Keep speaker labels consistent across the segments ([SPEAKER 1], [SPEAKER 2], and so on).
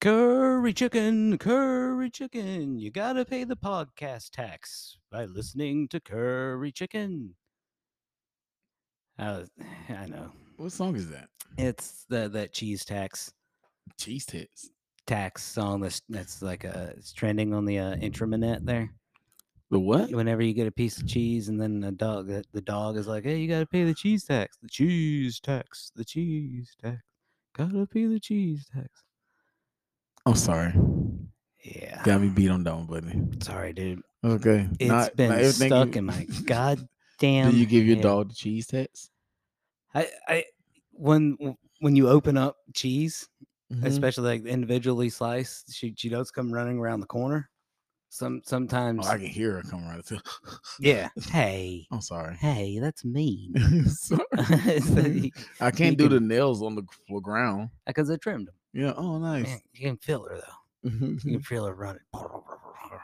[SPEAKER 1] Curry chicken, curry chicken, you gotta pay the podcast tax by listening to curry chicken. Uh, I know
[SPEAKER 2] What song is that?
[SPEAKER 1] it's the that cheese tax
[SPEAKER 2] Cheese tits.
[SPEAKER 1] tax song that's that's like uh it's trending on the uh, intranet there.
[SPEAKER 2] The what?
[SPEAKER 1] Whenever you get a piece of cheese and then a dog, the- the dog is like, "Hey, you gotta pay the cheese tax, the cheese tax, the cheese tax, gotta pay the cheese tax."
[SPEAKER 2] I'm sorry.
[SPEAKER 1] Yeah,
[SPEAKER 2] Got me beat on that one, buddy.
[SPEAKER 1] sorry, dude.
[SPEAKER 2] Okay.
[SPEAKER 1] It's
[SPEAKER 2] It's
[SPEAKER 1] been stuck in my goddamn.
[SPEAKER 2] Do you give your
[SPEAKER 1] head.
[SPEAKER 2] dog the cheese tits?
[SPEAKER 1] I, I when w- when you open up cheese,
[SPEAKER 2] Mm-hmm.
[SPEAKER 1] especially like individually sliced, she she does come running around the corner. Some sometimes,
[SPEAKER 2] Oh, I can hear her coming right. to-
[SPEAKER 1] yeah. Hey,
[SPEAKER 2] I'm sorry.
[SPEAKER 1] hey, that's mean.
[SPEAKER 2] sorry. I can't do the nails on the g- floor ground.
[SPEAKER 1] Because uh, I trimmed them.
[SPEAKER 2] Yeah. Oh, nice.
[SPEAKER 1] Man, you can feel her though. You
[SPEAKER 2] Mm-hmm.
[SPEAKER 1] can feel her running.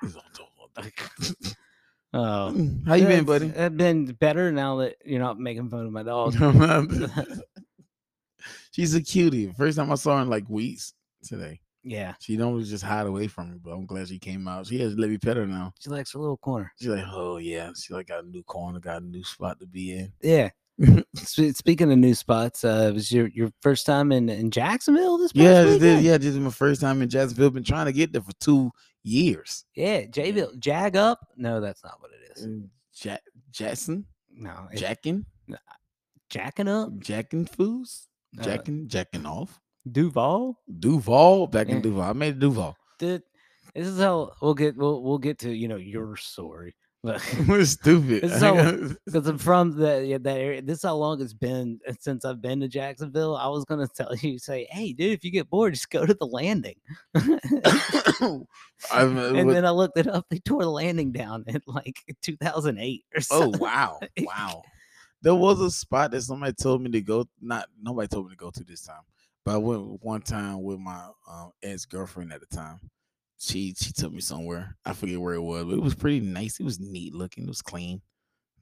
[SPEAKER 2] It's on top of that.
[SPEAKER 1] Oh,
[SPEAKER 2] How you
[SPEAKER 1] that's-
[SPEAKER 2] been, buddy?
[SPEAKER 1] I've been better now that you're not making fun of my dog.
[SPEAKER 2] She's a cutie. First time I saw her in like weeks today.
[SPEAKER 1] yeah,
[SPEAKER 2] She normally just hide away from me, but I'm glad she came out. She has let me pet her now.
[SPEAKER 1] she likes her little corner.
[SPEAKER 2] She's like, oh yeah, she like got a new corner, got a new spot to be in.
[SPEAKER 1] Yeah. Spe- Speaking of new spots, uh, it was your, your first time in, in Jacksonville this past
[SPEAKER 2] Yeah, this
[SPEAKER 1] weekend?
[SPEAKER 2] is, yeah, this is my first time in Jacksonville. Been trying to get there for two years.
[SPEAKER 1] yeah, Jayville, Jag up? No, that's not what it is.
[SPEAKER 2] Mm, Ja- Jackson,
[SPEAKER 1] No, it's
[SPEAKER 2] Jackin,
[SPEAKER 1] jacking up,
[SPEAKER 2] Jackin Foods,
[SPEAKER 1] Uh, eh.
[SPEAKER 2] Jackin, Jackin off.
[SPEAKER 1] Duval.
[SPEAKER 2] Duval, back
[SPEAKER 1] yeah.
[SPEAKER 2] in Duval. I made it Duval.
[SPEAKER 1] Dude, this is how we'll get we'll we'll get to you know your story, but
[SPEAKER 2] It's stupid.
[SPEAKER 1] It's so- because I'm from the yeah, that area. This is how long it's been uh, since I've been to Jacksonville. I was gonna tell you, say, hey, dude, if you get bored, just go to the landing.
[SPEAKER 2] I'm, uh,
[SPEAKER 1] and
[SPEAKER 2] what-
[SPEAKER 1] then I looked it up. They tore the landing down in like 2008 or
[SPEAKER 2] Oh
[SPEAKER 1] something.
[SPEAKER 2] wow, wow. There was a spot that somebody told me to go. Not nobody told me to go to this time, but I went one time with my um, ex girlfriend at the time. She she took me somewhere. I forget where it was, but it was pretty nice. It was neat looking. It was clean.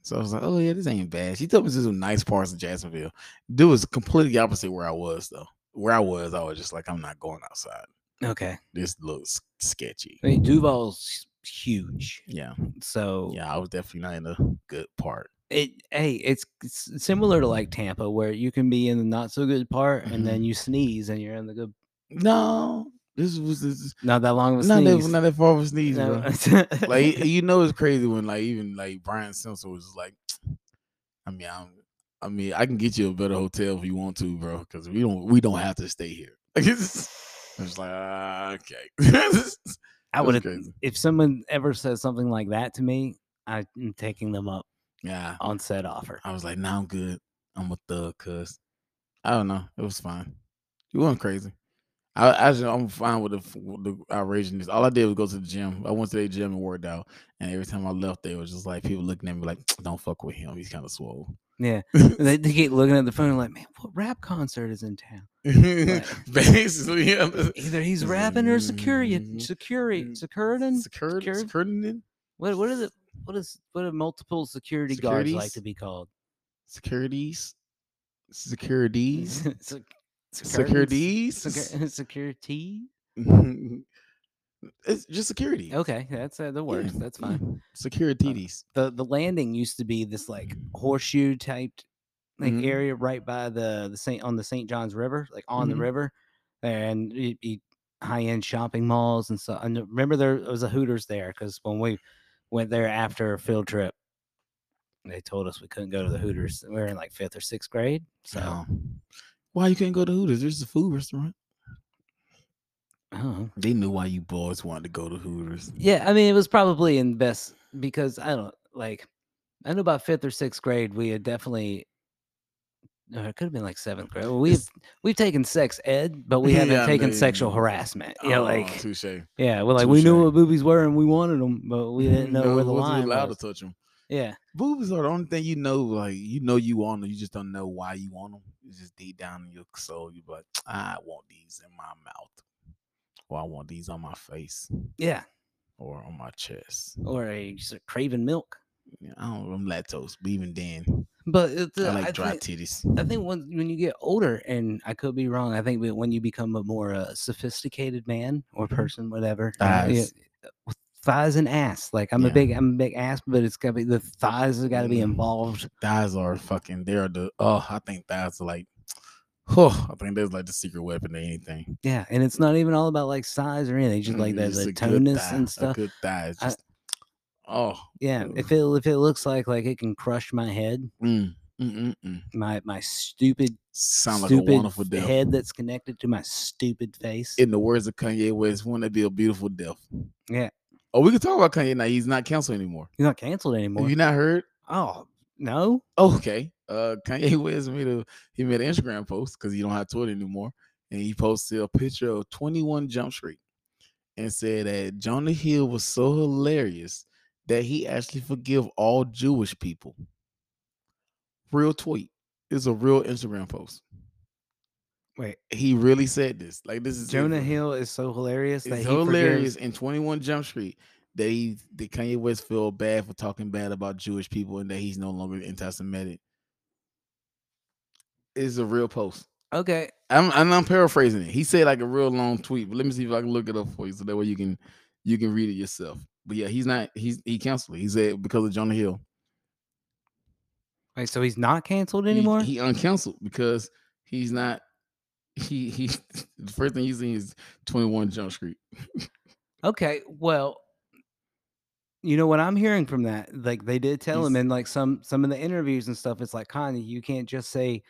[SPEAKER 2] So I was like, oh yeah, this ain't bad. She took me to some nice parts of Jacksonville. Dude was completely opposite where I was though. Where I was, I was just like, I'm not going outside.
[SPEAKER 1] Okay.
[SPEAKER 2] This looks sketchy.
[SPEAKER 1] I mean, Duval's huge.
[SPEAKER 2] Yeah,
[SPEAKER 1] So
[SPEAKER 2] yeah. I was definitely not in the good part.
[SPEAKER 1] it hey, it's, it's similar to like Tampa where you can be in the not so good part and
[SPEAKER 2] Mhm.
[SPEAKER 1] then you sneeze and you're in the good
[SPEAKER 2] No, this was this. is-
[SPEAKER 1] not that long of a
[SPEAKER 2] Not that,
[SPEAKER 1] sneeze.
[SPEAKER 2] not that far of a sneeze,
[SPEAKER 1] No.
[SPEAKER 2] bro. like you know, it's crazy when like even like Brian Simpson was just like, I mean, I'm, I mean, I can get you a better hotel if you want to, bro, because we don't we don't have to stay here. Like it's, it's like ah, okay.
[SPEAKER 1] I
[SPEAKER 2] that's
[SPEAKER 1] would have
[SPEAKER 2] crazy.
[SPEAKER 1] if someone ever says something like that to me, I'm taking them up
[SPEAKER 2] yeah,
[SPEAKER 1] on said offer.
[SPEAKER 2] I was like, nah, I'm good. I'm a thug, cuz I don't know. It was fine. It wasn't crazy. I, I just, I'm fine with the, f- with the outrageousness. All I did was go to the gym. I went to the gym and worked out. And every time I left, there was just like people looking at me like, "Don't fuck with him. He's kind of swole."
[SPEAKER 1] Yeah. And they, they keep looking at the phone like, man, what rap concert is in town?
[SPEAKER 2] Basically, yeah.
[SPEAKER 1] Either he's
[SPEAKER 2] It's like,
[SPEAKER 1] rapping or security
[SPEAKER 2] mm,
[SPEAKER 1] security
[SPEAKER 2] mm,
[SPEAKER 1] securitin.
[SPEAKER 2] Security,
[SPEAKER 1] Security?
[SPEAKER 2] security,
[SPEAKER 1] What what is it what is what do multiple security guards like
[SPEAKER 2] Securities?
[SPEAKER 1] to be called?
[SPEAKER 2] securities, securities,
[SPEAKER 1] Sec- curtains?
[SPEAKER 2] securities.
[SPEAKER 1] Secur- security.
[SPEAKER 2] It's just security.
[SPEAKER 1] Okay, that's uh, the
[SPEAKER 2] Yeah,
[SPEAKER 1] word. That's
[SPEAKER 2] yeah.
[SPEAKER 1] fine.
[SPEAKER 2] Securities.
[SPEAKER 1] the The landing used to be this like horseshoe typed like
[SPEAKER 2] Mhm.
[SPEAKER 1] area right by the the Saint on the Saint John's River, like on
[SPEAKER 2] Mhm.
[SPEAKER 1] the river, and it'd be high end shopping malls and so. And remember, there was a Hooters there because when we went there after a field trip. They told us we couldn't go to the Hooters. We were in like fifth or sixth grade, so
[SPEAKER 2] So why you can't go to Hooters? There's a food restaurant.
[SPEAKER 1] I don't know.
[SPEAKER 2] They knew why you boys wanted to go to Hooters.
[SPEAKER 1] Yeah, I mean, it was probably in best because I don't like. I know about fifth or sixth grade, we had definitely. No, it could have been like seventh grade. Well, we've
[SPEAKER 2] It's-
[SPEAKER 1] we've taken sex ed, but we haven't
[SPEAKER 2] Yeah, I
[SPEAKER 1] taken
[SPEAKER 2] know,
[SPEAKER 1] sexual
[SPEAKER 2] yeah.
[SPEAKER 1] harassment. Yeah,
[SPEAKER 2] Oh,
[SPEAKER 1] like
[SPEAKER 2] touche.
[SPEAKER 1] yeah, well, like we knew
[SPEAKER 2] touche.
[SPEAKER 1] what boobies were and we wanted them, but we didn't know where the
[SPEAKER 2] wasn't
[SPEAKER 1] line
[SPEAKER 2] allowed
[SPEAKER 1] was.
[SPEAKER 2] to touch them.
[SPEAKER 1] Yeah,
[SPEAKER 2] Boobies are the only thing you know. Like you know you want them, you just don't know why you want them. It's just deep down in your soul. You be like, I want these in my mouth, or I want these on my face,
[SPEAKER 1] yeah,
[SPEAKER 2] or on my chest.
[SPEAKER 1] or a, just a craving milk.
[SPEAKER 2] Yeah, I don't. I'm lactose, but even then,
[SPEAKER 1] But it's, uh,
[SPEAKER 2] I like
[SPEAKER 1] I
[SPEAKER 2] dry
[SPEAKER 1] think-
[SPEAKER 2] titties.
[SPEAKER 1] I think when when you get older, and I could be wrong. I think that when you become a more uh, sophisticated man or person, whatever, uh, yeah,
[SPEAKER 2] Mm-hmm. Thighs.
[SPEAKER 1] with thighs and ass. Like I'm a
[SPEAKER 2] Yeah.
[SPEAKER 1] big, I'm a big ass, but it's gotta be the thighs have got to be
[SPEAKER 2] Mm.
[SPEAKER 1] involved.
[SPEAKER 2] Thighs are fucking. They are the. Oh, I think thighs are like. Oh, I think that's like the secret weapon to anything.
[SPEAKER 1] Yeah, and it's not even all about like size or anything. Just like
[SPEAKER 2] Mm,
[SPEAKER 1] the,
[SPEAKER 2] just
[SPEAKER 1] the
[SPEAKER 2] a good
[SPEAKER 1] toneness
[SPEAKER 2] thigh,
[SPEAKER 1] and
[SPEAKER 2] A
[SPEAKER 1] stuff.
[SPEAKER 2] good thigh. is
[SPEAKER 1] I-
[SPEAKER 2] Just, oh.
[SPEAKER 1] Yeah, if
[SPEAKER 2] Oof.
[SPEAKER 1] it if it looks like like it can crush my head,
[SPEAKER 2] Mm, mm, mm, mm.
[SPEAKER 1] my my stupid
[SPEAKER 2] Sound like a
[SPEAKER 1] stupid
[SPEAKER 2] wonderful
[SPEAKER 1] f-
[SPEAKER 2] death.
[SPEAKER 1] head that's connected to my stupid face.
[SPEAKER 2] In the words of Kanye West, wouldn't that be a beautiful death?
[SPEAKER 1] Yeah.
[SPEAKER 2] Oh, we can talk about Kanye now. He's not canceled anymore.
[SPEAKER 1] You're not canceled
[SPEAKER 2] Have
[SPEAKER 1] anymore.
[SPEAKER 2] you not heard?
[SPEAKER 1] oh no.
[SPEAKER 2] Oh, okay. Uh, Kanye West made a he made an Instagram post because he don't have Twitter anymore, and he posted a picture of 21 Jump Street, and said that Jonah Hill was so hilarious that he actually forgive all Jewish people. Real tweet. It's a real Instagram post.
[SPEAKER 1] Wait,
[SPEAKER 2] He really said this. Like this is it.
[SPEAKER 1] Jonah Hill is so hilarious that
[SPEAKER 2] It's
[SPEAKER 1] he
[SPEAKER 2] hilarious
[SPEAKER 1] forgives.
[SPEAKER 2] in 21 Jump Street that he that Kanye West feel bad for talking bad about Jewish people and that he's no longer anti-Semitic. It's a real post.
[SPEAKER 1] Okay,
[SPEAKER 2] I'm and I'm paraphrasing it. He said like a real long tweet, but let me see if I can look it up for you so that way you can you can read it yourself. But yeah, he's not he's he canceled. it. He said because of Jonah Hill.
[SPEAKER 1] wait. So he's not canceled
[SPEAKER 2] He-
[SPEAKER 1] anymore.
[SPEAKER 2] He, uncanceled because he's not he he the first thing he's seen is 21 Jump Street.
[SPEAKER 1] okay, well, you know what I'm hearing from that? Like they did tell him
[SPEAKER 2] He's-
[SPEAKER 1] in like some some of the interviews and stuff. It's like Kanye, you can't just say,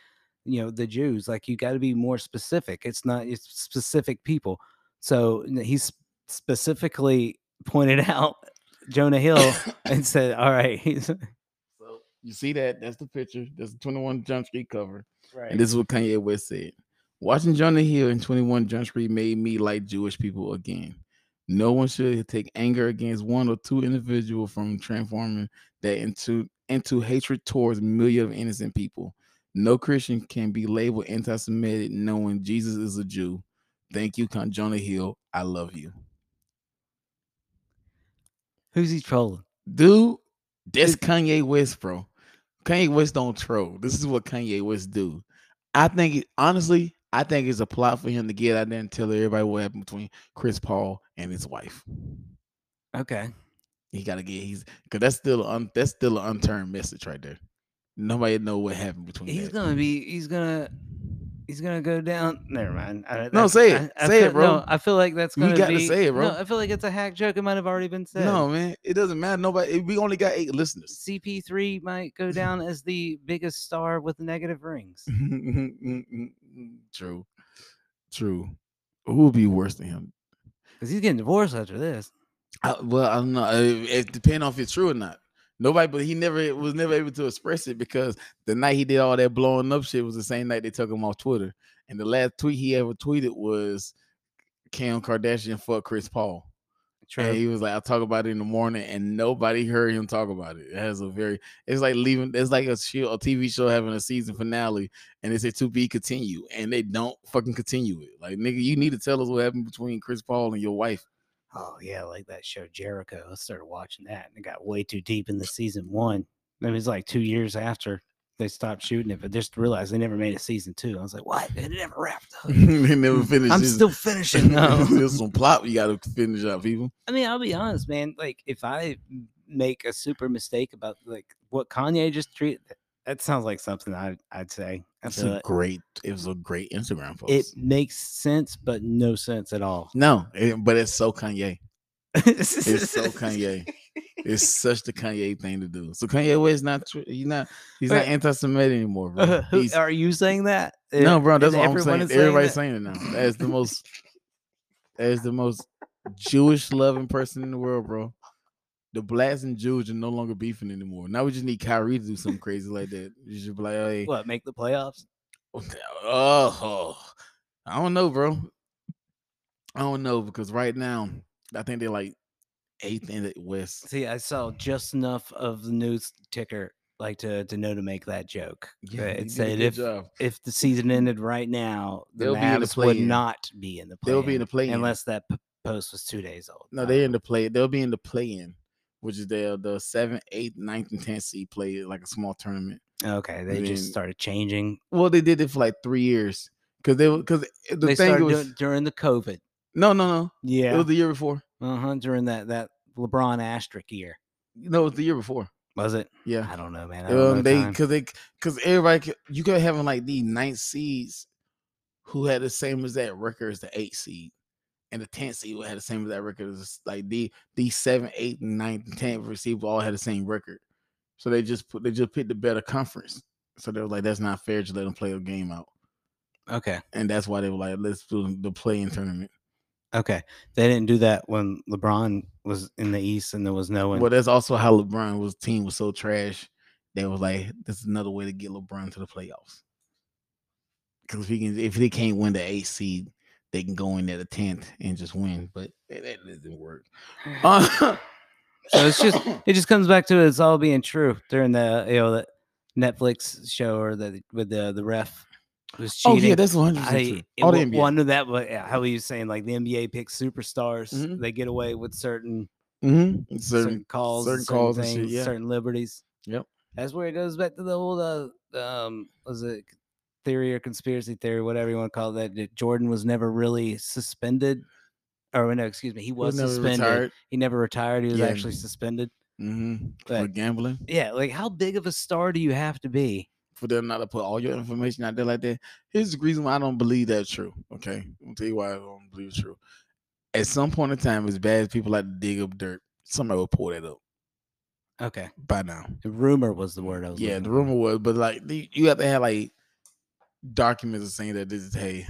[SPEAKER 1] you know, the Jews. Like you got to be more specific. It's not it's specific people. So n- he s- specifically pointed out Jonah Hill and said, "All right, he's
[SPEAKER 2] So you see that? That's the picture. That's the 21 Jump Street cover.
[SPEAKER 1] right."
[SPEAKER 2] And this is what Kanye West said. Watching Jonah Hill and 21 Jump Street made me like Jewish people again. No one should take anger against one or two individuals from transforming that into into hatred towards millions of innocent people. No Christian can be labeled anti-Semitic knowing Jesus is a Jew. Thank you, Con- Jonah Hill. I love you.
[SPEAKER 1] Who's he trolling?
[SPEAKER 2] Dude, that's Kanye West, bro. Kanye West don't troll. This is what Kanye West do. I think it- honestly, I think it's a plot for him to get out there and tell everybody what happened between Chris Paul and his wife.
[SPEAKER 1] Okay.
[SPEAKER 2] He gotta get he's because that's still an un, that's still an unturned message right there. Nobody know what happened between.
[SPEAKER 1] He's
[SPEAKER 2] that.
[SPEAKER 1] gonna be. He's gonna. He's gonna go down. Never mind. I,
[SPEAKER 2] No,
[SPEAKER 1] that's-
[SPEAKER 2] say it.
[SPEAKER 1] I, I
[SPEAKER 2] Say it,
[SPEAKER 1] feel,
[SPEAKER 2] bro.
[SPEAKER 1] No, I feel like that's
[SPEAKER 2] You
[SPEAKER 1] gonna
[SPEAKER 2] gotta
[SPEAKER 1] be-
[SPEAKER 2] say it, bro.
[SPEAKER 1] No, I feel like it's a hack joke. It might have already been said.
[SPEAKER 2] no man, it doesn't matter. Nobody, we only got eight listeners.
[SPEAKER 1] CP3 might go down as the biggest star with negative rings.
[SPEAKER 2] True, true. Who would be worse than him?
[SPEAKER 1] Because he's getting divorced after this.
[SPEAKER 2] I, well, I don't know. It, it depends on if it's true or not. Nobody, but he never was never able to express it because the night he did all that blowing up shit was the same night they took him off Twitter. And the last tweet he ever tweeted was Cam Kardashian fuck Chris Paul. And he was like, I'll talk about it in the morning, and nobody heard him talk about it. It has a very it's like leaving it's like a show, a TV show having a season finale and they say to be continue and they don't fucking continue it. Like nigga, you need to tell us what happened between Chris Paul and your wife.
[SPEAKER 1] Oh, yeah, like that show Jericho. I started watching that and it got way too deep in the season one. I mean, it's like two years after they stopped shooting it, but just realized they never made a season two. I was like, what? It never wrapped up.
[SPEAKER 2] they never finished.
[SPEAKER 1] I'm
[SPEAKER 2] this.
[SPEAKER 1] still finishing though.
[SPEAKER 2] There's some plot you gotta finish up, people.
[SPEAKER 1] I mean, I'll be honest, man. Like, if I m- make a super mistake about like what Kanye just treated, that sounds like something I, I'd say. I
[SPEAKER 2] That's
[SPEAKER 1] feel
[SPEAKER 2] a
[SPEAKER 1] it.
[SPEAKER 2] great. It was a great Instagram post.
[SPEAKER 1] It makes sense, but no sense at all.
[SPEAKER 2] no, it- but it's so Kanye.
[SPEAKER 1] it's
[SPEAKER 2] so Kanye. It's such the Kanye thing to do. So Kanye West not. tr- He's not. He's not
[SPEAKER 1] Wait.
[SPEAKER 2] anti-Semitic anymore, bro.
[SPEAKER 1] Uh, who,
[SPEAKER 2] He's-
[SPEAKER 1] are you saying that? Uh,
[SPEAKER 2] no, bro. That's
[SPEAKER 1] is
[SPEAKER 2] what I'm
[SPEAKER 1] everyone
[SPEAKER 2] saying.
[SPEAKER 1] is saying
[SPEAKER 2] Everybody's
[SPEAKER 1] that?
[SPEAKER 2] saying it now. That's the most. That's the most Jewish loving person in the world, bro. The blacks and Jews are no longer beefing anymore. Now we just need Kyrie to do something crazy like that. You should be like, hey,
[SPEAKER 1] What make the playoffs?
[SPEAKER 2] Okay, Oh, I don't know, bro. I don't know because right now I think they're like eighth in the West.
[SPEAKER 1] See, I saw just enough of the news ticker like to, to know to make that joke. Uh,
[SPEAKER 2] Yeah, you did
[SPEAKER 1] it
[SPEAKER 2] a
[SPEAKER 1] said
[SPEAKER 2] good
[SPEAKER 1] if
[SPEAKER 2] job.
[SPEAKER 1] if the season ended right now, the
[SPEAKER 2] They'll be in the
[SPEAKER 1] Mavs would
[SPEAKER 2] play-in.
[SPEAKER 1] not be in the play.
[SPEAKER 2] They'll be in the play-in.
[SPEAKER 1] unless that p- post was two days old.
[SPEAKER 2] no, they're in the play. They'll be in the play-in, which is the the seventh, eighth, ninth, and tenth seed play like a small tournament.
[SPEAKER 1] Okay, they just
[SPEAKER 2] then-
[SPEAKER 1] started changing.
[SPEAKER 2] Well, they did it for like three years because they because the
[SPEAKER 1] they
[SPEAKER 2] thing
[SPEAKER 1] started
[SPEAKER 2] was
[SPEAKER 1] doing it during the COVID.
[SPEAKER 2] no no no it
[SPEAKER 1] Yeah,
[SPEAKER 2] was the year before
[SPEAKER 1] uh huh. During that that LeBron asterisk year,
[SPEAKER 2] no it was the year before
[SPEAKER 1] was it?
[SPEAKER 2] yeah
[SPEAKER 1] I don't know, man. I don't know
[SPEAKER 2] um, they
[SPEAKER 1] time.
[SPEAKER 2] because they because everybody c- you could have like the ninth seeds who had the same as that record as the eighth seed and the tenth seed had the same as that record as like the the seven eight and ninth and tenth receivers all had the same record so they just put they just picked the better conference so they were like that's not fair to let them play a game out
[SPEAKER 1] okay,
[SPEAKER 2] and that's why they were like let's do the playing tournament
[SPEAKER 1] okay. They didn't do that when LeBron was in the East and there was no one.
[SPEAKER 2] Well, that's also how LeBron was team was so trash. They was like, this is another way to get LeBron to the playoffs. Because if he can, if they can't win the eighth seed, they can go in at the tenth and just win. But that, that doesn't work. Uh, Oh,
[SPEAKER 1] So it's just it just comes back to it's all being true during the you know the Netflix show or the with the the ref was
[SPEAKER 2] oh yeah,
[SPEAKER 1] cheating.
[SPEAKER 2] that's one hundred
[SPEAKER 1] I,
[SPEAKER 2] percent
[SPEAKER 1] it,
[SPEAKER 2] true. All the
[SPEAKER 1] wa-
[SPEAKER 2] NBA.
[SPEAKER 1] well, I knew that, but yeah, how are you saying like the NBA picks superstars?
[SPEAKER 2] Mhm.
[SPEAKER 1] They get away with certain
[SPEAKER 2] Mhm.
[SPEAKER 1] certain,
[SPEAKER 2] Certain,
[SPEAKER 1] calls,
[SPEAKER 2] certain
[SPEAKER 1] certain,
[SPEAKER 2] calls and
[SPEAKER 1] things,
[SPEAKER 2] shit, yeah.
[SPEAKER 1] certain liberties.
[SPEAKER 2] Yep.
[SPEAKER 1] That's where it goes back to the old uh, um was it theory or conspiracy theory, whatever you want to call it, that, that Jordan was never really suspended. Or no, excuse me, he
[SPEAKER 2] was
[SPEAKER 1] was
[SPEAKER 2] never
[SPEAKER 1] suspended.
[SPEAKER 2] retired.
[SPEAKER 1] He never retired. He was
[SPEAKER 2] Yeah.
[SPEAKER 1] actually suspended.
[SPEAKER 2] Mhm. for
[SPEAKER 1] But-
[SPEAKER 2] gambling.
[SPEAKER 1] Yeah, like how big of a star do you have to be?
[SPEAKER 2] for them not to put all your information out there like that. Here's the reason why I don't believe that's true. Okay. I'll tell you why I don't believe it's true. At some point in time, as bad as people like to dig up dirt, somebody will pull that up
[SPEAKER 1] Okay,
[SPEAKER 2] by now.
[SPEAKER 1] rumor was the word I was.
[SPEAKER 2] Yeah,
[SPEAKER 1] looking
[SPEAKER 2] the
[SPEAKER 1] for.
[SPEAKER 2] rumor was, but like the- you have to have like documents saying that this is hey,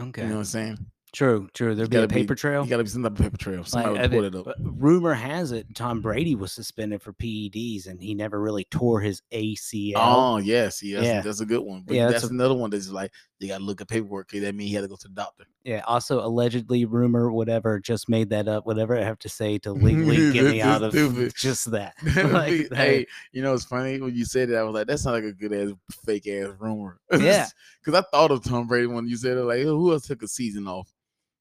[SPEAKER 1] Okay,
[SPEAKER 2] you know what I'm saying?
[SPEAKER 1] true, true. There'd be
[SPEAKER 2] gotta
[SPEAKER 1] a
[SPEAKER 2] be-
[SPEAKER 1] paper trail.
[SPEAKER 2] You gotta be some type of paper trail.
[SPEAKER 1] Like,
[SPEAKER 2] Somebody
[SPEAKER 1] I
[SPEAKER 2] will pull
[SPEAKER 1] bet-
[SPEAKER 2] it up.
[SPEAKER 1] but uh, rumor has it Tom Brady was suspended for PEDs and he never really tore his ACL.
[SPEAKER 2] Oh yes, yes,
[SPEAKER 1] Yeah.
[SPEAKER 2] that's a good one. But
[SPEAKER 1] Yeah,
[SPEAKER 2] that's,
[SPEAKER 1] that's a-
[SPEAKER 2] another one that's like you gotta look at paperwork. 'cause That means he had to go to the doctor.
[SPEAKER 1] Yeah. Also, allegedly, rumor, whatever, just made that up. Whatever I have to say to legally get me
[SPEAKER 2] That's
[SPEAKER 1] out of
[SPEAKER 2] stupid.
[SPEAKER 1] just that.
[SPEAKER 2] Be-
[SPEAKER 1] like, that-
[SPEAKER 2] hey, you know it's funny when you said that. I was like, that sounds like a good ass fake ass rumor.
[SPEAKER 1] Yeah.
[SPEAKER 2] because I thought of Tom Brady when you said it. Like, who else took a season off?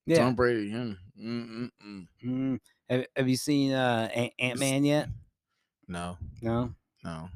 [SPEAKER 1] yeah.
[SPEAKER 2] Tom Brady. hmm, mm, mm, mm.
[SPEAKER 1] Mm. Have, have you seen uh, Ant Man yet?
[SPEAKER 2] No,
[SPEAKER 1] No,
[SPEAKER 2] no.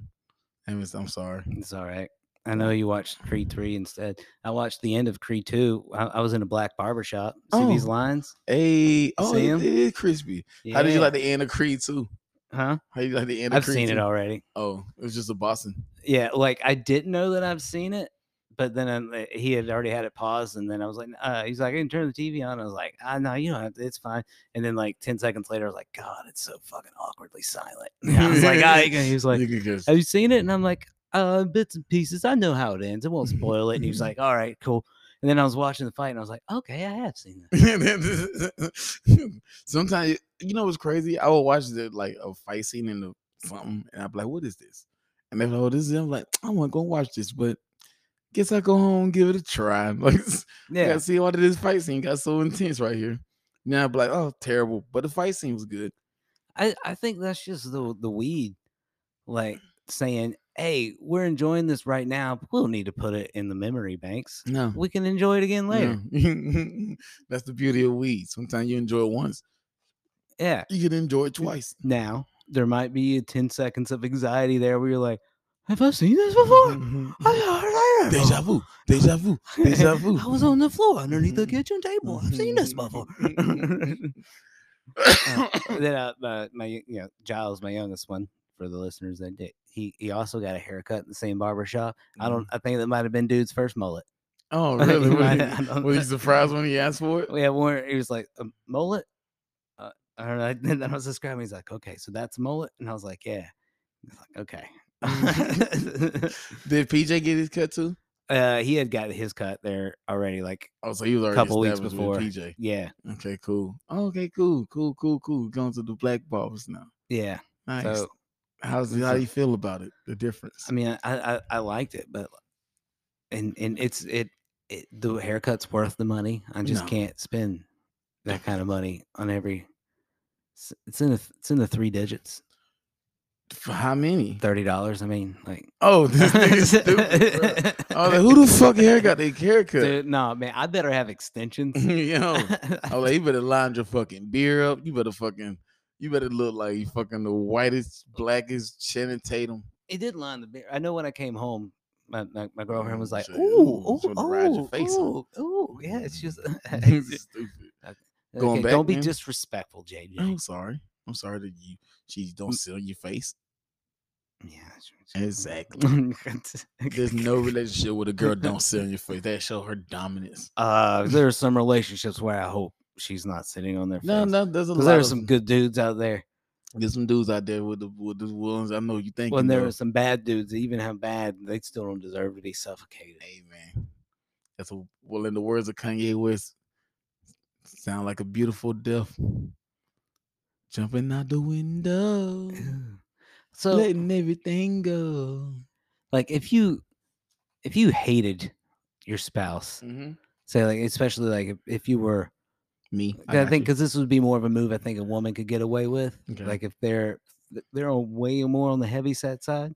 [SPEAKER 2] I mean, I'm sorry.
[SPEAKER 1] it's all right. I know you watched Creed three instead. I watched the end of Creed two. I, I was in a black barber shop. See these
[SPEAKER 2] Oh.
[SPEAKER 1] lines?
[SPEAKER 2] Hey, oh, it-
[SPEAKER 1] him?
[SPEAKER 2] it is crispy. How did you
[SPEAKER 1] Yeah.
[SPEAKER 2] like the end of Creed too?
[SPEAKER 1] Huh?
[SPEAKER 2] How you like the end? Of
[SPEAKER 1] I've
[SPEAKER 2] Creed
[SPEAKER 1] seen it
[SPEAKER 2] 2?
[SPEAKER 1] already.
[SPEAKER 2] Oh, it was just a Boston.
[SPEAKER 1] Yeah, like I didn't know that I've seen it, but then I, like, he had already had it paused, and then I was like, uh, he's like, I didn't turn the TV on. I was like, ah, no, you don't have to. It's fine. And then like ten seconds later, I was like, God, it's so fucking awkwardly silent. I was like, ah, he was like,
[SPEAKER 2] You could guess.
[SPEAKER 1] Have you seen it? And I'm like, uh, bits and pieces. I know how it ends. It won't spoil it. And he was like, All right, cool. And then I was watching the fight, and I was like, Okay, I have seen that.
[SPEAKER 2] Sometimes you- you know what's crazy? I will watch the like a fight scene in the something, and I'm like, "What is this?" And they're like, "Oh, this is." it." I'm like, "I want to go watch this, but guess I go home and give it a try." Like, yeah,
[SPEAKER 1] Yeah,
[SPEAKER 2] see why did this fight scene got so intense right here. Now I'm like, "Oh, terrible," but the fight scene was good.
[SPEAKER 1] I, I think that's just the the weed, like saying, Hey, we're enjoying this right now. But we'll need to put it in the memory banks.
[SPEAKER 2] No,
[SPEAKER 1] we can enjoy it again later.
[SPEAKER 2] no. that's the beauty of weed. Sometimes you enjoy it once,
[SPEAKER 1] Yeah.
[SPEAKER 2] you can enjoy it twice.
[SPEAKER 1] Now there might be a 10 seconds of anxiety there where you're like, have I seen this before? I heard
[SPEAKER 2] Deja vu, deja vu, deja vu.
[SPEAKER 1] I was on the floor underneath the
[SPEAKER 2] Mhm.
[SPEAKER 1] kitchen table. Oh, I've seen this before.
[SPEAKER 2] Mm-hmm.
[SPEAKER 1] then Mm-hmm. uh, my, my y- you know Giles, my youngest one, for the listeners that did, he he also got a haircut in the same barber shop. I don't. I think that might have been dude's first mullet.
[SPEAKER 2] Oh,
[SPEAKER 1] Like, I-
[SPEAKER 2] really? Were
[SPEAKER 1] I
[SPEAKER 2] you,
[SPEAKER 1] don't
[SPEAKER 2] were you
[SPEAKER 1] know.
[SPEAKER 2] surprised when he asked for it?
[SPEAKER 1] Yeah, Warren, he was like, a mullet? Uh, I don't know. And then I was describing, he's like, okay, so that's a mullet? And I was like, yeah. He's like, okay.
[SPEAKER 2] Did PJ get his cut too?
[SPEAKER 1] uh, he had got his cut there already. Like,
[SPEAKER 2] Oh, so he was already
[SPEAKER 1] Couple weeks
[SPEAKER 2] established with PJ.
[SPEAKER 1] yeah,
[SPEAKER 2] Okay, cool. Oh, okay, cool, cool, cool, cool. Going to the black bars now.
[SPEAKER 1] yeah.
[SPEAKER 2] Nice.
[SPEAKER 1] So,
[SPEAKER 2] How's
[SPEAKER 1] it's
[SPEAKER 2] how
[SPEAKER 1] a-
[SPEAKER 2] do you feel about it? The difference.
[SPEAKER 1] I mean, I, I, I liked it, but, and, and it's, it, it, the haircut's worth the money. I just
[SPEAKER 2] No.
[SPEAKER 1] can't spend that kind of money on every, it's- it's in the, it's in the three digits,
[SPEAKER 2] For how many?
[SPEAKER 1] $30. I mean, like,
[SPEAKER 2] Oh, this nigga's stupid. Bro. I was like, who the fuck hair got their haircut?
[SPEAKER 1] Dude, no, man, I better have extensions.
[SPEAKER 2] Yo, I was like,
[SPEAKER 1] I
[SPEAKER 2] you better line your fucking beard up. You better fucking, you better look like you fucking the whitest, blackest Shannon Tatum.
[SPEAKER 1] It did line the beer. I know when I came home, my, my, my girlfriend was like,
[SPEAKER 2] She-
[SPEAKER 1] "Ooh,
[SPEAKER 2] Mm, ooh,
[SPEAKER 1] ooh,
[SPEAKER 2] she wanted to ride your
[SPEAKER 1] ooh,
[SPEAKER 2] face
[SPEAKER 1] ooh,
[SPEAKER 2] off."
[SPEAKER 1] ooh." Yeah, she was.
[SPEAKER 2] This is stupid. Going
[SPEAKER 1] Okay,
[SPEAKER 2] back Oh.
[SPEAKER 1] don't be
[SPEAKER 2] then?
[SPEAKER 1] disrespectful, JJ.
[SPEAKER 2] I'm sorry. I'm sorry that you she don't
[SPEAKER 1] Mm.
[SPEAKER 2] sit on your face.
[SPEAKER 1] Yeah, sure, sure.
[SPEAKER 2] Exactly. There's no relationship with a girl don't sit on your face. That show her dominance.
[SPEAKER 1] Uh, there are some relationships where I hope she's not sitting on their face.
[SPEAKER 2] No, no, there's a
[SPEAKER 1] 'Cause
[SPEAKER 2] lot
[SPEAKER 1] there are
[SPEAKER 2] of
[SPEAKER 1] some good dudes out there.
[SPEAKER 2] There's some dudes out there with the with the ones I know you think.
[SPEAKER 1] When there
[SPEAKER 2] there
[SPEAKER 1] are some bad dudes, that even have bad, they still don't deserve to be suffocated.
[SPEAKER 2] hey man, that's a, well in the words of Kanye West, sound like a beautiful death. Jumping out the window,
[SPEAKER 1] So,
[SPEAKER 2] letting everything go.
[SPEAKER 1] like, if you if you hated your spouse,
[SPEAKER 2] Mm-hmm.
[SPEAKER 1] say like, especially like if, if you were,
[SPEAKER 2] Me,
[SPEAKER 1] I,
[SPEAKER 2] got
[SPEAKER 1] think
[SPEAKER 2] you.
[SPEAKER 1] because this would be more of a move I think a woman could get away with.
[SPEAKER 2] Okay.
[SPEAKER 1] Like if they're they're on way more on the heavy set side.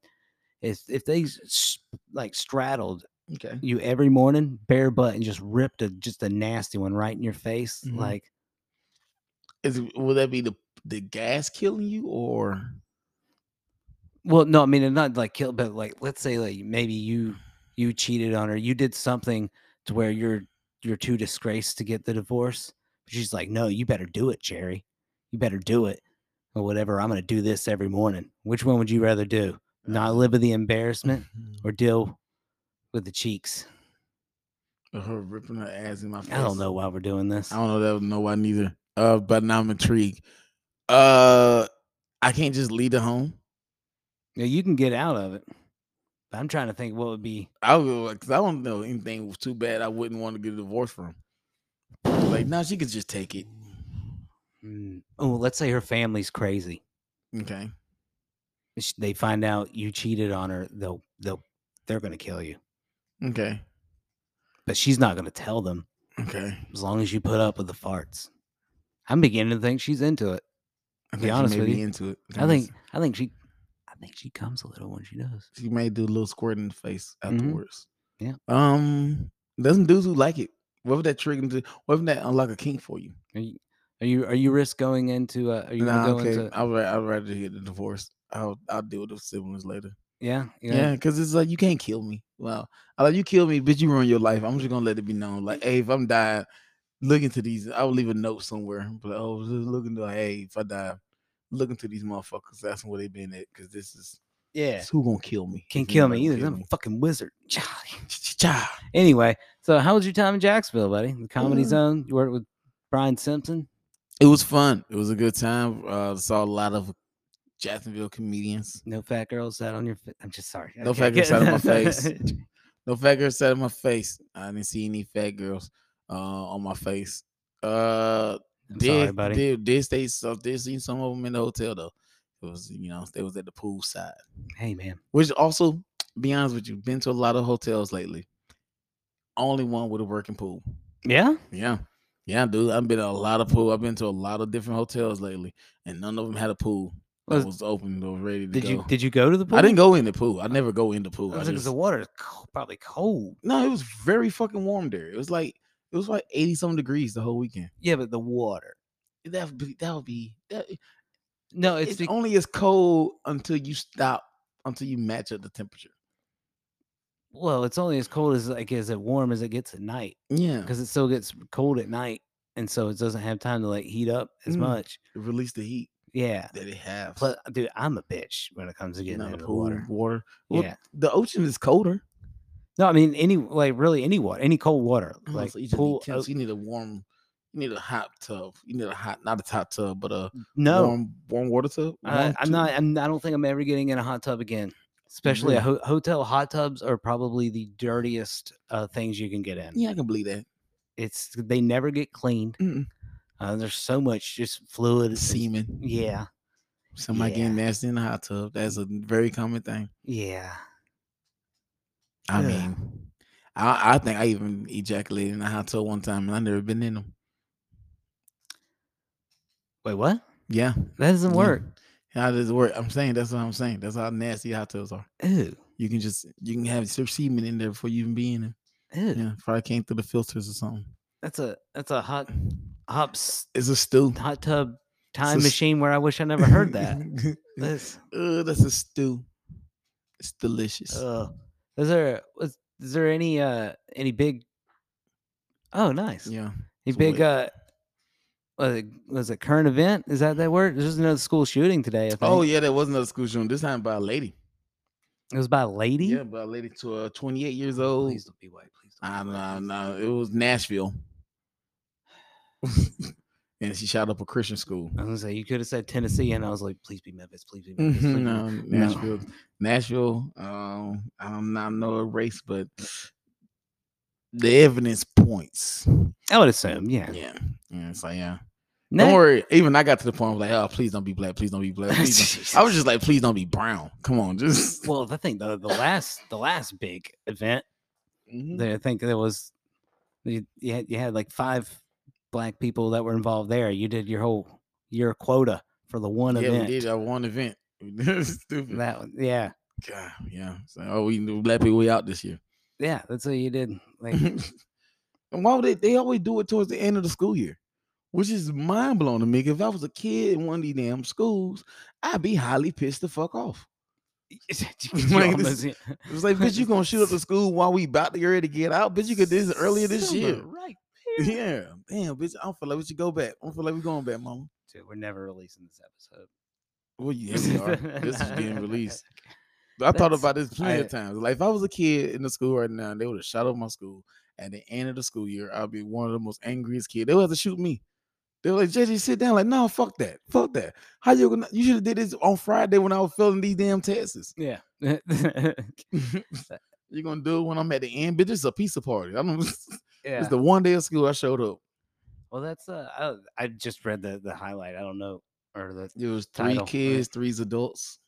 [SPEAKER 1] If if they s- s- like straddled
[SPEAKER 2] okay.
[SPEAKER 1] you every morning bare butt and just ripped a just a nasty one right in your face
[SPEAKER 2] Mhm.
[SPEAKER 1] like
[SPEAKER 2] Is it- will that be the the gas killing you or
[SPEAKER 1] well no i mean and not like kill but like let's say like maybe you you cheated on her you did something to where you're you're too disgraced to get the divorce but she's like no you better do it jerry you better do it or whatever i'm gonna do this every morning which one would you rather do not live with the embarrassment or deal with the cheeks
[SPEAKER 2] Or Mm-hmm. her ripping her ass in my face?
[SPEAKER 1] i don't know why we're doing this
[SPEAKER 2] I don't know that no why neither. Uh, but now I'm intrigued. Uh, I can't just leave the home.
[SPEAKER 1] Yeah, you can get out of it but i'm trying to think what would be
[SPEAKER 2] I would because I don't know anything was too bad. I wouldn't want to get a divorce from. Like now, she could just take it.
[SPEAKER 1] Mm. Oh, let's say her family's crazy.
[SPEAKER 2] Okay,
[SPEAKER 1] Sh- They find out you cheated on her. They'll they'll they're gonna kill you.
[SPEAKER 2] okay,
[SPEAKER 1] But she's not gonna tell them
[SPEAKER 2] okay.
[SPEAKER 1] as long as you put up with the farts. I'm beginning to think she's into it.
[SPEAKER 2] I
[SPEAKER 1] Be
[SPEAKER 2] think she
[SPEAKER 1] honest
[SPEAKER 2] may
[SPEAKER 1] with
[SPEAKER 2] be
[SPEAKER 1] you.
[SPEAKER 2] into it.
[SPEAKER 1] I think
[SPEAKER 2] it's-
[SPEAKER 1] I think she I think she comes a little when she does.
[SPEAKER 2] she may do a little squirt in the face
[SPEAKER 1] Mhm.
[SPEAKER 2] afterwards.
[SPEAKER 1] Yeah.
[SPEAKER 2] Um, there's some dudes who like it. What if that trigger? them to- What if that unlock a king for you?
[SPEAKER 1] Are you are you, are you risk going into uh, are you
[SPEAKER 2] Nah,
[SPEAKER 1] gonna go
[SPEAKER 2] okay.
[SPEAKER 1] into
[SPEAKER 2] I'd, ra- I'd rather get the divorce. I'll I'll deal with the siblings later.
[SPEAKER 1] yeah, you know,
[SPEAKER 2] Yeah, because it's like you can't kill me. Well, I like you kill me, bitch. You ruin your life. I'm just gonna let it be known. Like, hey, if I'm dying, look into these. I will leave a note somewhere. But oh, just look into like, hey, if I die, look into these motherfuckers. That's where they been at. Because this is
[SPEAKER 1] yeah.
[SPEAKER 2] this who gonna kill me.
[SPEAKER 1] Can't
[SPEAKER 2] This
[SPEAKER 1] kill me
[SPEAKER 2] nobody
[SPEAKER 1] either.
[SPEAKER 2] gonna
[SPEAKER 1] 'cause I'm a fucking wizard.
[SPEAKER 2] kill me. Cha-cha-cha.
[SPEAKER 1] Anyway, so how was your time in Jacksonville, buddy? The Comedy
[SPEAKER 2] Uh,
[SPEAKER 1] Zone. You worked with Brian Simpson.
[SPEAKER 2] It was fun. It was a good time. Uh, saw a lot of Jacksonville comedians.
[SPEAKER 1] No fat girls sat on your. Fa- I'm just sorry. I
[SPEAKER 2] No fat
[SPEAKER 1] can't get-
[SPEAKER 2] girls sat on my face. No fat girls sat in my face. I didn't see any fat girls uh, on my face. Uh,
[SPEAKER 1] I'm
[SPEAKER 2] did,
[SPEAKER 1] sorry, buddy.
[SPEAKER 2] Did, did stay some did see some of them in the hotel though. It was you know they was at the pool side,
[SPEAKER 1] Hey, man.
[SPEAKER 2] which also be honest with you, been to a lot of hotels lately. Only one with a working pool.
[SPEAKER 1] Yeah.
[SPEAKER 2] Yeah, yeah, dude. I've been to a lot of pool. I've been to a lot of different hotels lately, and none of them had a pool that
[SPEAKER 1] Was-
[SPEAKER 2] was, open or ready to
[SPEAKER 1] Did
[SPEAKER 2] go.
[SPEAKER 1] you did you go to the pool?
[SPEAKER 2] I didn't go in the pool. I never go in the pool.
[SPEAKER 1] I
[SPEAKER 2] I
[SPEAKER 1] was like, 'cause
[SPEAKER 2] just-
[SPEAKER 1] the water is co- probably cold.
[SPEAKER 2] no, it was very fucking warm there. It was like it was like eighty something degrees the whole weekend.
[SPEAKER 1] Yeah, but the water.
[SPEAKER 2] That would be that would be that,
[SPEAKER 1] No,
[SPEAKER 2] it's,
[SPEAKER 1] it's be-
[SPEAKER 2] only as cold until you stop until you match up the temperature.
[SPEAKER 1] well, it's only as cold as like as it warm as it gets at night
[SPEAKER 2] Yeah,
[SPEAKER 1] because it still gets cold at night, and so it doesn't have time to like heat up as
[SPEAKER 2] Mm.
[SPEAKER 1] much.
[SPEAKER 2] release the heat
[SPEAKER 1] Yeah.
[SPEAKER 2] that it has.
[SPEAKER 1] Plus, dude, I'm a bitch when it comes to getting
[SPEAKER 2] Not
[SPEAKER 1] out
[SPEAKER 2] the
[SPEAKER 1] of the
[SPEAKER 2] pool,
[SPEAKER 1] water.
[SPEAKER 2] water. Well,
[SPEAKER 1] yeah.
[SPEAKER 2] the ocean is colder.
[SPEAKER 1] No, I mean any like really any water, any cold water,
[SPEAKER 2] Oh,
[SPEAKER 1] like
[SPEAKER 2] so you, just
[SPEAKER 1] pool. uh,
[SPEAKER 2] need temps. you need a warm. You need a hot tub. You need a hot, not a hot tub, but a
[SPEAKER 1] oh, no,
[SPEAKER 2] warm, warm water tub.
[SPEAKER 1] I,
[SPEAKER 2] warm
[SPEAKER 1] I'm
[SPEAKER 2] tub?
[SPEAKER 1] not. I'm, I don't think I'm ever getting in a hot tub again. Especially a ho- hotel hot tubs are probably the dirtiest uh, things you can get in.
[SPEAKER 2] Yeah, I can believe that.
[SPEAKER 1] It's they never get cleaned.
[SPEAKER 2] Mm-mm.
[SPEAKER 1] Uh, there's so much just fluid. it's-
[SPEAKER 2] Semen.
[SPEAKER 1] Yeah,
[SPEAKER 2] Somebody
[SPEAKER 1] yeah.
[SPEAKER 2] getting nasty in the hot tub. That's a very common thing.
[SPEAKER 1] yeah.
[SPEAKER 2] I
[SPEAKER 1] Ugh.
[SPEAKER 2] mean, I, I think I even ejaculated in a hot tub one time, and I never been in them.
[SPEAKER 1] Wait, what?
[SPEAKER 2] Yeah,
[SPEAKER 1] That doesn't
[SPEAKER 2] Yeah.
[SPEAKER 1] work.
[SPEAKER 2] How does it work? I'm saying that's what I'm saying. That's how nasty hot tubs are.
[SPEAKER 1] Ooh,
[SPEAKER 2] You can just you can have some semen in there before you even be in it.
[SPEAKER 1] ooh.
[SPEAKER 2] Yeah, probably came through the filters or something.
[SPEAKER 1] That's a that's a hot hot s-
[SPEAKER 2] It's a stew.
[SPEAKER 1] hot tub time
[SPEAKER 2] s-
[SPEAKER 1] machine where I wish I never heard that.
[SPEAKER 2] that.
[SPEAKER 1] That's
[SPEAKER 2] that's a stew. It's delicious.
[SPEAKER 1] Ugh. Is there was, is there any uh any big? Oh, nice.
[SPEAKER 2] yeah.
[SPEAKER 1] Any
[SPEAKER 2] it's
[SPEAKER 1] big
[SPEAKER 2] wet.
[SPEAKER 1] uh. Was it, was it current event? Is that that word? There's another school shooting today. I think.
[SPEAKER 2] Oh yeah, there was another school shooting. This time by a lady.
[SPEAKER 1] it was by a lady.
[SPEAKER 2] Yeah, by a lady to uh, 28 years old.
[SPEAKER 1] Please don't be white. Please. Don't be
[SPEAKER 2] I
[SPEAKER 1] white.
[SPEAKER 2] don't know. I don't know. It was Nashville. and she shot up a Christian school.
[SPEAKER 1] I was gonna say you could have said Tennessee, and I was like, please be Memphis, please be Memphis. please be Memphis."
[SPEAKER 2] Mm-hmm, no, Nashville. Nashville. Um, I don't not know a race, but the evidence points.
[SPEAKER 1] I would assume, yeah.
[SPEAKER 2] Yeah. Yeah. It's like, yeah.
[SPEAKER 1] Nah.
[SPEAKER 2] Don't worry. Even I got to the point where I was like, oh, please don't be black. Please don't be black. Please don't. I was
[SPEAKER 1] Jesus.
[SPEAKER 2] just like, please don't be brown. Come on, just
[SPEAKER 1] well. I think the the last the last big event,
[SPEAKER 2] Mhm.
[SPEAKER 1] there, I think there was you, you had you had like five black people that were involved there. You did your whole your quota for the one
[SPEAKER 2] yeah,
[SPEAKER 1] event.
[SPEAKER 2] we did that one event. Stupid.
[SPEAKER 1] That one- yeah
[SPEAKER 2] God, yeah. So, oh, we knew black people we out this year.
[SPEAKER 1] yeah that's what you did. Like
[SPEAKER 2] and why would they? They always do it towards the end of the school year, which is mind blowing to me. 'cause If I was a kid in one of these damn schools, I'd be highly pissed the fuck off.
[SPEAKER 1] you
[SPEAKER 2] Like,
[SPEAKER 1] almost-
[SPEAKER 2] this- It was like, bitch, you gonna shoot up the school while we about to get ready to get out? Bitch, you could do this earlier this
[SPEAKER 1] Summer
[SPEAKER 2] year.
[SPEAKER 1] right? here.
[SPEAKER 2] Yeah, damn, bitch, I don't feel like we should go back. I don't feel like we're going back, mama.
[SPEAKER 1] Dude, we're never releasing this episode.
[SPEAKER 2] Well, yeah, we are. this is being released. I thought
[SPEAKER 1] That's-
[SPEAKER 2] about this plenty
[SPEAKER 1] I-
[SPEAKER 2] of times. Like if I was a kid in the school right now, and they would have shot up my school at the end of the school year. I'd be one of the most angriest kids. They would have to shoot me. They were like, JJ, sit down. Like, no, fuck that. Fuck that. How you gonna you should have did this on Friday when I was filling these damn tests.
[SPEAKER 1] Yeah.
[SPEAKER 2] You're gonna do it when I'm at the end, bitch. This is a pizza party. I don't
[SPEAKER 1] yeah.
[SPEAKER 2] it's the one day of school I showed up.
[SPEAKER 1] Well, that's uh, I, I just read the the highlight. I don't know or the
[SPEAKER 2] It was three
[SPEAKER 1] Title, right.
[SPEAKER 2] kids, three's adults.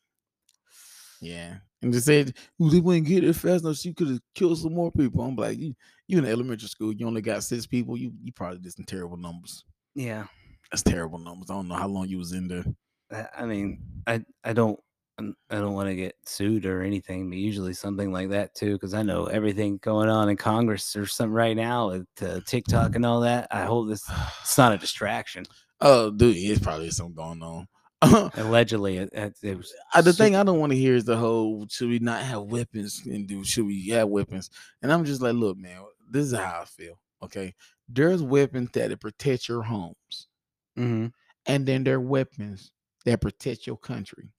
[SPEAKER 2] Yeah. And they said, "Ooh, they wouldn't get it fast enough. She could have killed some more people. I'm like, you, you in elementary school, you only got six people. You you probably did some terrible numbers.
[SPEAKER 1] yeah.
[SPEAKER 2] That's terrible numbers. I don't know how long you was in there.
[SPEAKER 1] I, I mean, I I don't I'm- I don't want to get sued or anything, but usually something like that too, because I know everything going on in Congress or something right now with uh, TikTok and all that. I hope this it's not a distraction.
[SPEAKER 2] Oh, dude, it's probably something going on.
[SPEAKER 1] Allegedly, it, it, it was
[SPEAKER 2] Uh, the
[SPEAKER 1] su-
[SPEAKER 2] thing I don't want to hear is the whole should we not have weapons and do should we have weapons? And I'm just like, look, man, this is how I feel. Okay. There's weapons that protect your homes.
[SPEAKER 1] Mhm.
[SPEAKER 2] and then their weapons that protect your country.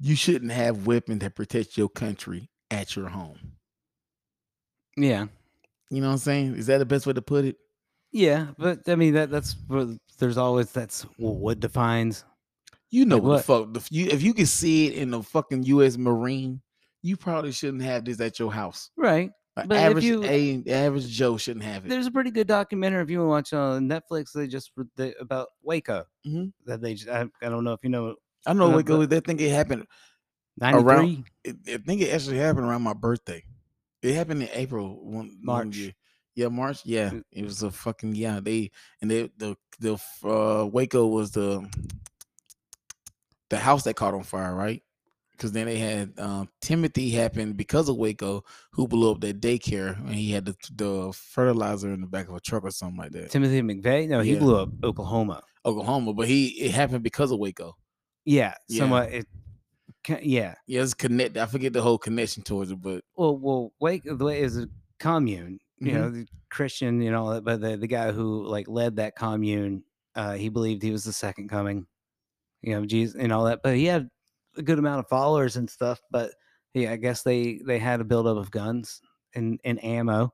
[SPEAKER 2] You shouldn't have weapons that protect your country at your home.
[SPEAKER 1] Yeah,
[SPEAKER 2] You know what I'm saying? Is that the best way to put it?
[SPEAKER 1] yeah, but I mean that that's what- there's always that's what what defines.
[SPEAKER 2] You know
[SPEAKER 1] Like
[SPEAKER 2] what the fuck? the f- you- if you can see it in the fucking U.S. Marine, you probably shouldn't have this at your house.
[SPEAKER 1] Right.
[SPEAKER 2] An
[SPEAKER 1] But if
[SPEAKER 2] average,
[SPEAKER 1] you-
[SPEAKER 2] a, average Joe shouldn't have it.
[SPEAKER 1] There's a pretty good documentary if you want to watch on Netflix. They just re- they, about Waco.
[SPEAKER 2] Mhm.
[SPEAKER 1] That they j- I, I don't know if you know
[SPEAKER 2] I know
[SPEAKER 1] uh,
[SPEAKER 2] what
[SPEAKER 1] but-
[SPEAKER 2] goes. That thing it happened.
[SPEAKER 1] ninety three.
[SPEAKER 2] It, I think it actually happened around my birthday. It happened in April. One, one
[SPEAKER 1] March.
[SPEAKER 2] year. Yeah, March. Yeah,
[SPEAKER 1] Mm.
[SPEAKER 2] it was a fucking yeah. They and they the the f- uh, Waco was the the house that caught on fire, right? Because then they had um, Timothy happened because of Waco, who blew up that daycare, and he had the, the fertilizer in the back of a truck or something like that.
[SPEAKER 1] Timothy McVeigh. No, he
[SPEAKER 2] Yeah.
[SPEAKER 1] blew up Oklahoma.
[SPEAKER 2] Oklahoma, but he it happened because of Waco.
[SPEAKER 1] Yeah,
[SPEAKER 2] Yeah.
[SPEAKER 1] somewhat. It, ca- yeah.
[SPEAKER 2] Yeah, it's connected. I forget the whole connection towards it, but
[SPEAKER 1] Well, well, Wake the way is a commune. You
[SPEAKER 2] Mhm.
[SPEAKER 1] know, the Christian. You know, but the the guy who like led that commune, uh, he believed he was the second coming. You know, Jesus and all that. But he had a good amount of followers and stuff. But yeah, I guess they they had a buildup of guns and and ammo.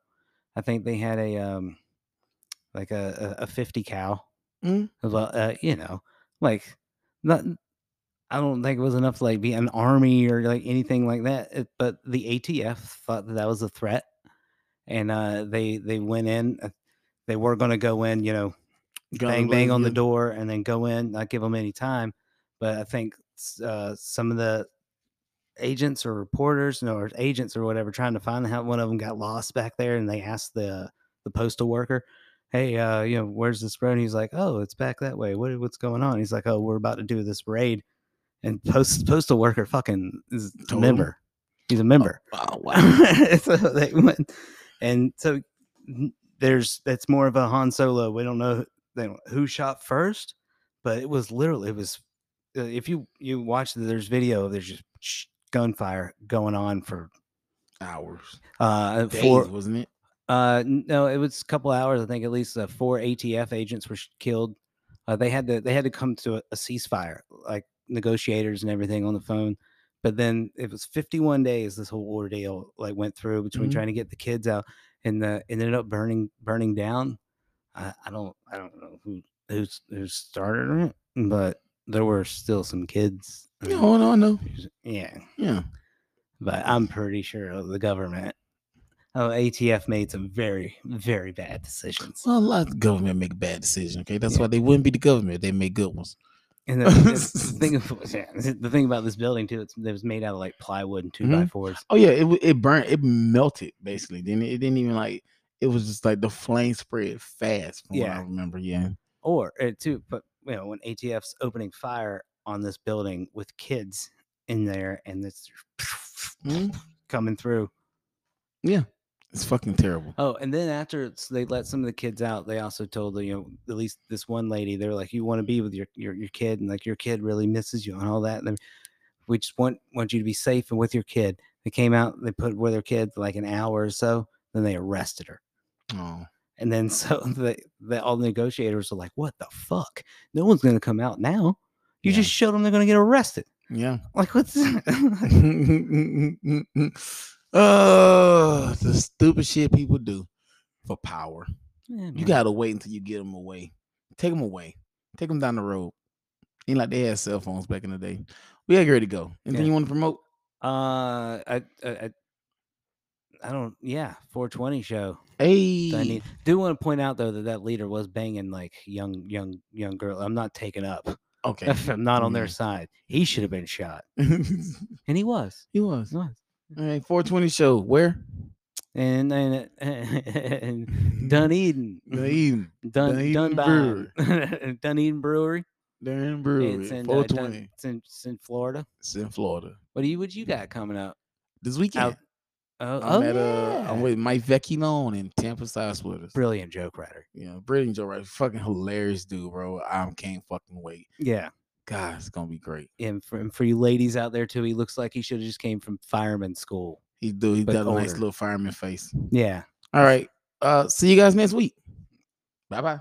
[SPEAKER 1] I think they had a um like a a, a fifty cal.
[SPEAKER 2] Mm.
[SPEAKER 1] Of a, uh, you know, like not. I don't think it was enough to like be an army or like anything like that. It, but the ATF thought that that was a threat, and uh, they they went in. uh, They were going to go in, you know,
[SPEAKER 2] Gun
[SPEAKER 1] bang bang on the
[SPEAKER 2] Olivia-
[SPEAKER 1] door, and then go in, not give them any time. But I think s- uh, some of the agents or reporters, no, or agents or whatever, trying to find how one of them got lost back there, and they asked the the postal worker, "Hey, uh, you know, where's this road?" And he's like, "Oh, it's back that way. What what's going on?" He's like, "Oh, we're about to do this raid," and post postal worker fucking is a
[SPEAKER 2] Told him.
[SPEAKER 1] member. He's a member.
[SPEAKER 2] Oh, wow.
[SPEAKER 1] so they went, and so n- there's that's more of a Han Solo. We don't know they don't, who shot first, but it was literally it was. uh, If you you watch, the- there's video. There's just sh- gunfire going on for
[SPEAKER 2] Hours,
[SPEAKER 1] uh
[SPEAKER 2] days,
[SPEAKER 1] four
[SPEAKER 2] wasn't it?
[SPEAKER 1] uh n- no it was a couple hours i think at least uh, four atf agents were sh- killed uh, they had to they had to come to a, a ceasefire like negotiators and everything on the phone but then it was 51 days this whole ordeal like went through between
[SPEAKER 2] Mhm.
[SPEAKER 1] trying to get the kids out and the it ended up burning burning down i, I don't i don't know who who's who started it but there were still some kids and
[SPEAKER 2] No, no, no.
[SPEAKER 1] who's- yeah
[SPEAKER 2] Yeah,
[SPEAKER 1] but I'm pretty sure the government, oh, ATF made some very, very bad decisions.
[SPEAKER 2] well, a lot of government make bad decisions. Okay, that's
[SPEAKER 1] Yeah.
[SPEAKER 2] why they wouldn't be the government. They make good ones.
[SPEAKER 1] And the, the thing, of- yeah, the thing about this building too, it's, it was made out of like plywood and 2 by fours.
[SPEAKER 2] Oh yeah, it w- it burned, it melted basically. Then it, it didn't even like it was just like the flame spread fast. From what
[SPEAKER 1] Yeah.
[SPEAKER 2] I remember. Yeah,
[SPEAKER 1] Or uh, too, but you know, when ATF's opening fire on this building with kids in there, and it's
[SPEAKER 2] Mhm.
[SPEAKER 1] coming through.
[SPEAKER 2] it's fucking terrible.
[SPEAKER 1] Oh, and then after it's- they let some of the kids out, they also told the, you know at least this one lady they were like, "You want to be with your, your your kid, and like your kid really misses you and all that." And they- we just want want you to be safe and with your kid. They came out, they put with her kid for like an hour or so, then they arrested her.
[SPEAKER 2] Oh,
[SPEAKER 1] And then so the, the all the negotiators are like, "What the fuck? No one's gonna come out now. You
[SPEAKER 2] Yeah.
[SPEAKER 1] just showed them they're gonna get arrested.
[SPEAKER 2] yeah.
[SPEAKER 1] Like what's
[SPEAKER 2] Uh, oh, the stupid shit people do for power. You
[SPEAKER 1] you
[SPEAKER 2] gotta wait until you get them away. Take them away. Take them down the road. Ain't like they had cell phones back in the day. We had ready to go. Anything
[SPEAKER 1] Yeah.
[SPEAKER 2] you want to promote?
[SPEAKER 1] Uh, I, I, I, I don't. Yeah, 420 show.
[SPEAKER 2] Hey,
[SPEAKER 1] that I need. Do want to point out though that that leader was banging like young, young, young girl. I'm not taking up.
[SPEAKER 2] okay.
[SPEAKER 1] I'm not on
[SPEAKER 2] Yeah.
[SPEAKER 1] their side. He should have been shot, and he was.
[SPEAKER 2] he was.
[SPEAKER 1] He was.
[SPEAKER 2] All right, 420 show. Where?
[SPEAKER 1] And and, and Dunedin,
[SPEAKER 2] Mm. Dunedin.
[SPEAKER 1] Dun
[SPEAKER 2] Dunedin
[SPEAKER 1] Dunbar, Dunedin Brewery.
[SPEAKER 2] Dunedin Brewery.
[SPEAKER 1] It's in, uh, Dun-
[SPEAKER 2] 420.
[SPEAKER 1] it's in it's in Florida.
[SPEAKER 2] it's in Florida.
[SPEAKER 1] What do you what you got coming up?
[SPEAKER 2] This weekend.
[SPEAKER 1] Out- Oh, oh,
[SPEAKER 2] I'm at uh,
[SPEAKER 1] yeah.
[SPEAKER 2] I'm with Mike Vecchione and Tampa Side Splitters.
[SPEAKER 1] brilliant joke writer.
[SPEAKER 2] You know, Brilliant Joe, right? Fucking hilarious dude, bro. I can't fucking wait.
[SPEAKER 1] Yeah.
[SPEAKER 2] God, it's gonna be great.
[SPEAKER 1] and for, and for you ladies out there too, he looks like he should have just came from fireman school.
[SPEAKER 2] He do. He
[SPEAKER 1] But
[SPEAKER 2] got a nice
[SPEAKER 1] older.
[SPEAKER 2] little fireman face.
[SPEAKER 1] Yeah.
[SPEAKER 2] All right. Uh, see you guys next week. Bye bye.